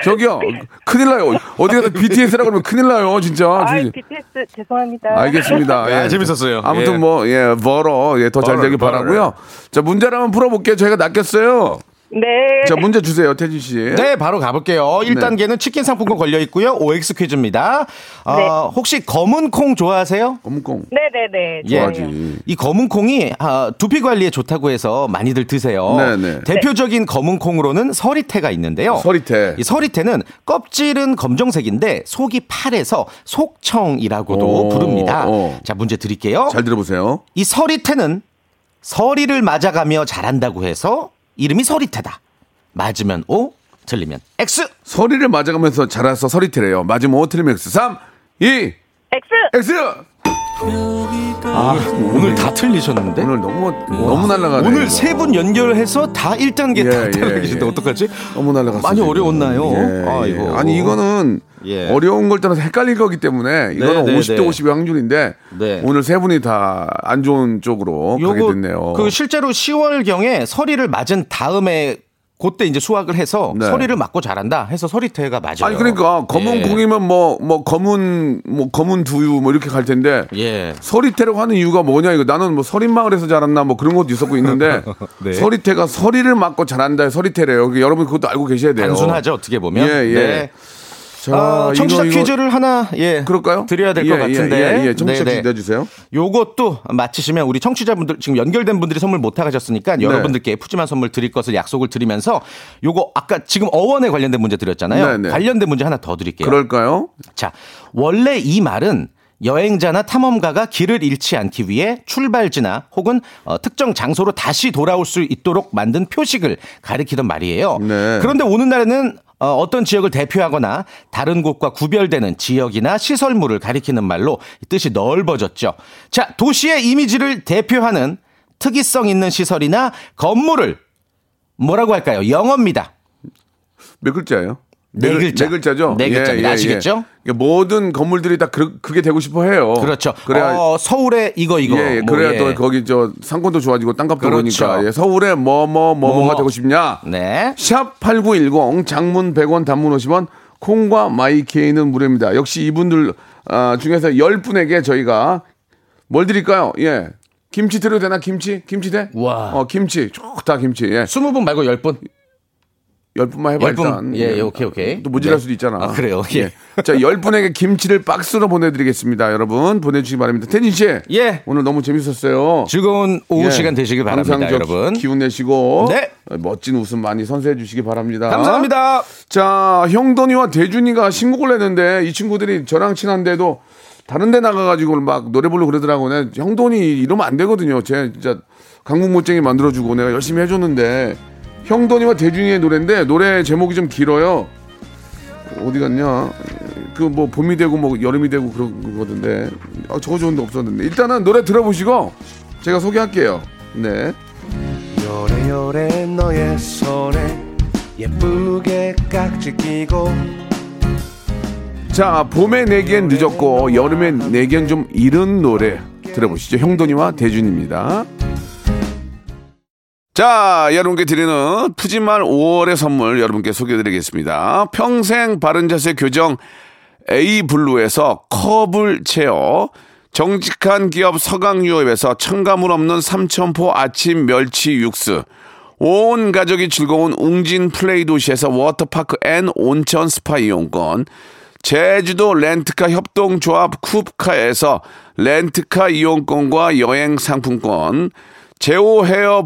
Speaker 1: 저기요, 큰일 나요. 어디 가서 BTS라고 그러면 큰일 나요, 진짜.
Speaker 10: 아이
Speaker 1: 진짜.
Speaker 10: BTS 죄송합니다.
Speaker 1: 알겠습니다. 예.
Speaker 9: 아, 재밌었어요.
Speaker 1: 아무튼
Speaker 9: 예.
Speaker 1: 뭐, 예, 벌어, 예, 더 잘
Speaker 9: 벌어,
Speaker 1: 되길
Speaker 9: 벌어.
Speaker 1: 바라고요 자, 문제를 한번 풀어볼게요. 저희가 낚였어요.
Speaker 10: 네.
Speaker 1: 자, 문제 주세요, 태진 씨.
Speaker 9: 네, 바로 가볼게요.
Speaker 1: 네.
Speaker 9: 1단계는 치킨 상품권 걸려 있고요. OX 퀴즈입니다. 어,
Speaker 10: 네.
Speaker 9: 혹시 검은 콩 좋아하세요?
Speaker 1: 검은콩.
Speaker 10: 네네네.
Speaker 9: 예.
Speaker 10: 좋아요.
Speaker 1: 좋아하지.
Speaker 9: 이 검은 콩이 아, 두피 관리에 좋다고 해서 많이들 드세요.
Speaker 1: 네네.
Speaker 9: 대표적인 검은 콩으로는 서리태가 있는데요.
Speaker 1: 서리태.
Speaker 9: 이 서리태는 껍질은 검정색인데 속이 파래서 속청이라고도
Speaker 1: 오,
Speaker 9: 부릅니다.
Speaker 1: 오.
Speaker 9: 자, 문제 드릴게요.
Speaker 1: 잘 들어보세요.
Speaker 9: 이 서리태는 서리를 맞아가며 자란다고 해서 이름이 서리태다. 맞으면 O, 틀리면 X.
Speaker 1: 서리를 맞아가면서 자라서 서리태래요. 맞으면 오트리맥스 3, 2,
Speaker 10: 엑스.
Speaker 1: X! 아,
Speaker 9: 오늘 다 틀리셨는데?
Speaker 1: 오늘 너무, 너무 날라가네.
Speaker 9: 네? 오늘 세 분 연결해서 다 1단계
Speaker 1: 예,
Speaker 9: 다
Speaker 1: 예,
Speaker 9: 따라계신데
Speaker 1: 예.
Speaker 9: 어떡하지?
Speaker 1: 너무 날라갔어요.
Speaker 9: 많이
Speaker 1: 지금.
Speaker 9: 어려웠나요?
Speaker 1: 예,
Speaker 9: 아이고.
Speaker 1: 예. 아니, 이거는
Speaker 9: 예.
Speaker 1: 어려운 걸 떠나서 헷갈릴 거기 때문에 이거는
Speaker 9: 네, 네,
Speaker 1: 50대
Speaker 9: 네.
Speaker 1: 50의 확률인데
Speaker 9: 네.
Speaker 1: 오늘 세 분이 다 안 좋은 쪽으로 가게 어, 됐네요.
Speaker 9: 그 실제로 10월경에 서리를 맞은 다음에 그때 이제 수확을 해서
Speaker 1: 네.
Speaker 9: 서리를 맞고 자란다 해서 서리태가 맞아요.
Speaker 1: 아니 그러니까 검은
Speaker 9: 예.
Speaker 1: 공이면 뭐 뭐 검은 뭐 검은 두유 뭐 이렇게 갈 텐데
Speaker 9: 예.
Speaker 1: 서리태라고 하는 이유가 뭐냐 이거 나는 뭐 서린마을에서 자랐나 뭐 그런 것도 있었고 있는데
Speaker 9: <laughs> 네.
Speaker 1: 서리태가 서리를 맞고 자란다 서리태래요. 그 여러분 그것도 알고 계셔야 돼요.
Speaker 9: 단순하죠 어떻게 보면.
Speaker 1: 예, 예.
Speaker 9: 네.
Speaker 1: 자,
Speaker 9: 아, 청취자
Speaker 1: 이거, 이거
Speaker 9: 퀴즈를 하나 예
Speaker 1: 그럴까요?
Speaker 9: 드려야 될 것
Speaker 1: 예, 예,
Speaker 9: 같은데.
Speaker 1: 예, 예. 청취자
Speaker 9: 네네.
Speaker 1: 퀴즈 내주세요.
Speaker 9: 요것도 맞히시면 우리 청취자분들 지금 연결된 분들이 선물 못 타가셨으니까
Speaker 1: 네.
Speaker 9: 여러분들께 푸짐한 선물 드릴 것을 약속을 드리면서 요거 아까 지금 어원에 관련된 문제 드렸잖아요.
Speaker 1: 네네. 그러니까
Speaker 9: 관련된 문제 하나 더 드릴게요.
Speaker 1: 그럴까요?
Speaker 9: 자, 원래 이 말은 여행자나 탐험가가 길을 잃지 않기 위해 출발지나 혹은 어, 특정 장소로 다시 돌아올 수 있도록 만든 표식을 가리키던 말이에요.
Speaker 1: 네.
Speaker 9: 그런데 오는 날에는 어, 어떤 지역을 대표하거나 다른 곳과 구별되는 지역이나 시설물을 가리키는 말로 이 뜻이 넓어졌죠. 자, 도시의 이미지를 대표하는 특이성 있는 시설이나 건물을 뭐라고 할까요? 영어입니다.
Speaker 1: 몇 글자예요?
Speaker 9: 네
Speaker 1: 글-
Speaker 9: 글자.
Speaker 1: 네 글자죠?
Speaker 9: 네 글자입니다. 아시겠죠?
Speaker 1: 예. 모든 건물들이 다 그, 게 되고 싶어 해요.
Speaker 9: 그렇죠.
Speaker 1: 그래야
Speaker 9: 어, 서울에 이거 이거.
Speaker 1: 예, 예.
Speaker 9: 뭐,
Speaker 1: 그래야
Speaker 9: 예.
Speaker 1: 또 거기 저 상권도 좋아지고 땅값도
Speaker 9: 그렇죠.
Speaker 1: 오르니까 예, 서울에 뭐 뭐 뭐뭐가
Speaker 9: 뭐뭐.
Speaker 1: 되고 싶냐?
Speaker 9: 네.
Speaker 1: 샵 8910 장문 100원 단문 50원 콩과 마이케이는 무료입니다. 역시 이분들 아, 중에서 10분에게 저희가 뭘 드릴까요? 예. 김치 드려도 되나? 김치? 김치 돼?
Speaker 9: 와.
Speaker 1: 어, 김치. 좋다 김치. 예.
Speaker 9: 스무 분 말고 열 분.
Speaker 1: 10분만 해봐
Speaker 9: 열 분.
Speaker 1: 일단.
Speaker 9: 예, 예, 오케이, 오케이.
Speaker 1: 또 모질할
Speaker 9: 네.
Speaker 1: 수도 있잖아.
Speaker 9: 아, 그래요? 예.
Speaker 1: 자, 10분에게 김치를 박스로 보내드리겠습니다. 여러분 보내주시기 바랍니다. 태진 씨.
Speaker 9: 예.
Speaker 1: 오늘 너무 재밌었어요.
Speaker 9: 즐거운 오후
Speaker 1: 예.
Speaker 9: 시간 되시길 바랍니다,
Speaker 1: 항상 저
Speaker 9: 여러분.
Speaker 1: 기운 내시고
Speaker 9: 네.
Speaker 1: 멋진 웃음 많이 선사해 주시기 바랍니다.
Speaker 9: 감사합니다.
Speaker 1: 자, 형돈이와 대준이가 신곡을 냈는데 이 친구들이 저랑 친한데도 다른 데 나가가지고 막 노래 부르고 그러더라고요. 내가 형돈이 이러면 안 되거든요. 제 진짜 강국 못쟁이 만들어주고 내가 열심히 해줬는데 형돈이와 대준이의 노래인데 노래 제목이 좀 길어요. 어디 갔냐? 그 뭐 봄이 되고 뭐 여름이 되고 그런 거던데. 아, 저거 좋은데 없었는데. 일단은 노래 들어보시고 제가 소개할게요. 네.
Speaker 7: 요래요래 너의 손에 예쁘게 깍지 끼고
Speaker 1: 자, 봄에 내기엔 늦었고 여름에 내기엔 좀 이른 노래 들어보시죠. 형돈이와 대준입니다. 자, 여러분께 드리는 푸짐한 5월의 선물 여러분께 소개해드리겠습니다. 평생 바른 자세 교정 A블루에서 컵을 채워 정직한 기업 서강유업에서 첨가물 없는 삼천포 아침 멸치 육수 온 가족이 즐거운 웅진 플레이 도시에서 워터파크 앤 온천 스파 이용권 제주도 렌트카 협동조합 쿱카에서 렌트카 이용권과 여행 상품권 제오 헤어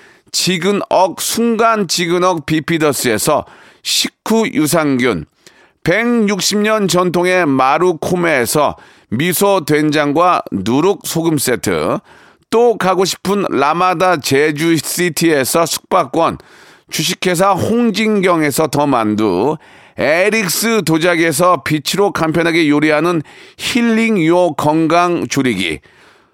Speaker 1: 지근억 순간 지근억 비피더스에서 식후 유산균 160년 전통의 마루코메에서 미소 된장과 누룩 소금 세트 또 가고 싶은 라마다 제주시티에서 숙박권 주식회사 홍진경에서 더 만두 에릭스 도자기에서 빛으로 간편하게 요리하는 힐링 요 건강 줄이기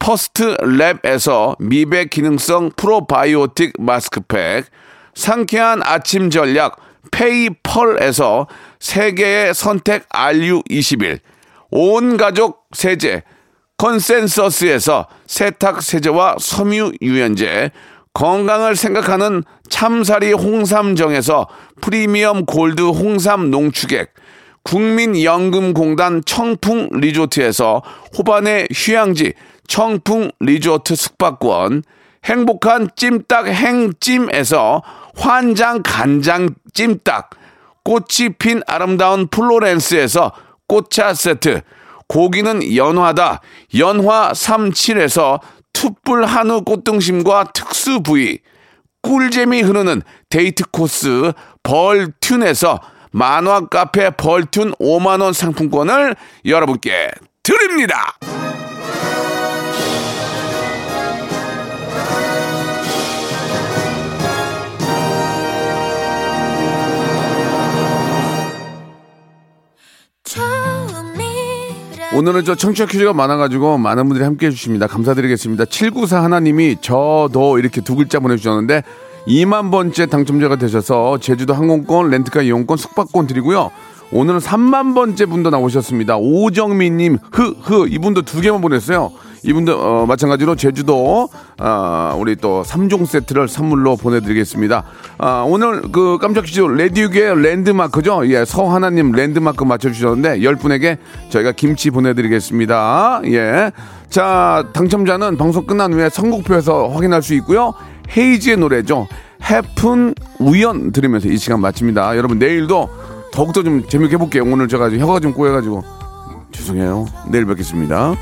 Speaker 1: 퍼스트 랩에서 미백 기능성 프로바이오틱 마스크팩, 상쾌한 아침 전략 페이펄에서 세계의 선택 RU21, 온 가족 세제 컨센서스에서 세탁 세제와 섬유 유연제, 건강을 생각하는 참사리 홍삼정에서 프리미엄 골드 홍삼 농축액, 국민연금공단 청풍 리조트에서 호반의 휴양지 청풍 리조트 숙박권, 행복한 찜닭 행찜에서 환장 간장 찜닭, 꽃이 핀 아름다운 플로렌스에서 꽃차 세트, 고기는 연화다, 연화 37에서 투뿔 한우 꽃등심과 특수 부위, 꿀잼이 흐르는 데이트 코스 벌튠에서 만화 카페 벌튠 5만원 상품권을 여러분께 드립니다. 오늘은 저 청취자 퀴즈가 많아가지고 많은 분들이 함께 해주십니다. 감사드리겠습니다. 794 하나님이 저도 이렇게 두 글자 보내주셨는데 2만 번째 당첨자가 되셔서 제주도 항공권, 렌트카 이용권, 숙박권 드리고요. 오늘은 3만 번째 분도 나오셨습니다. 오정민님, 흐, 흐, 이분도 두 개만 보냈어요. 이분도 어, 마찬가지로 제주도 아, 우리 또 3종 세트를 선물로 보내드리겠습니다. 아, 오늘 그 깜짝 퀴즈 레디우의 랜드마크죠. 예, 서하나님 랜드마크 맞춰주셨는데 10분에게 저희가 김치 보내드리겠습니다. 예. 자, 당첨자는 방송 끝난 후에 선곡표에서 확인할 수 있고요. 헤이지의 노래죠. 해픈 우연 들으면서 이 시간 마칩니다. 여러분 내일도 더욱더 좀 재밌게 해볼게요. 오늘 제가 혀가 좀 꼬여가지고 죄송해요. 내일 뵙겠습니다.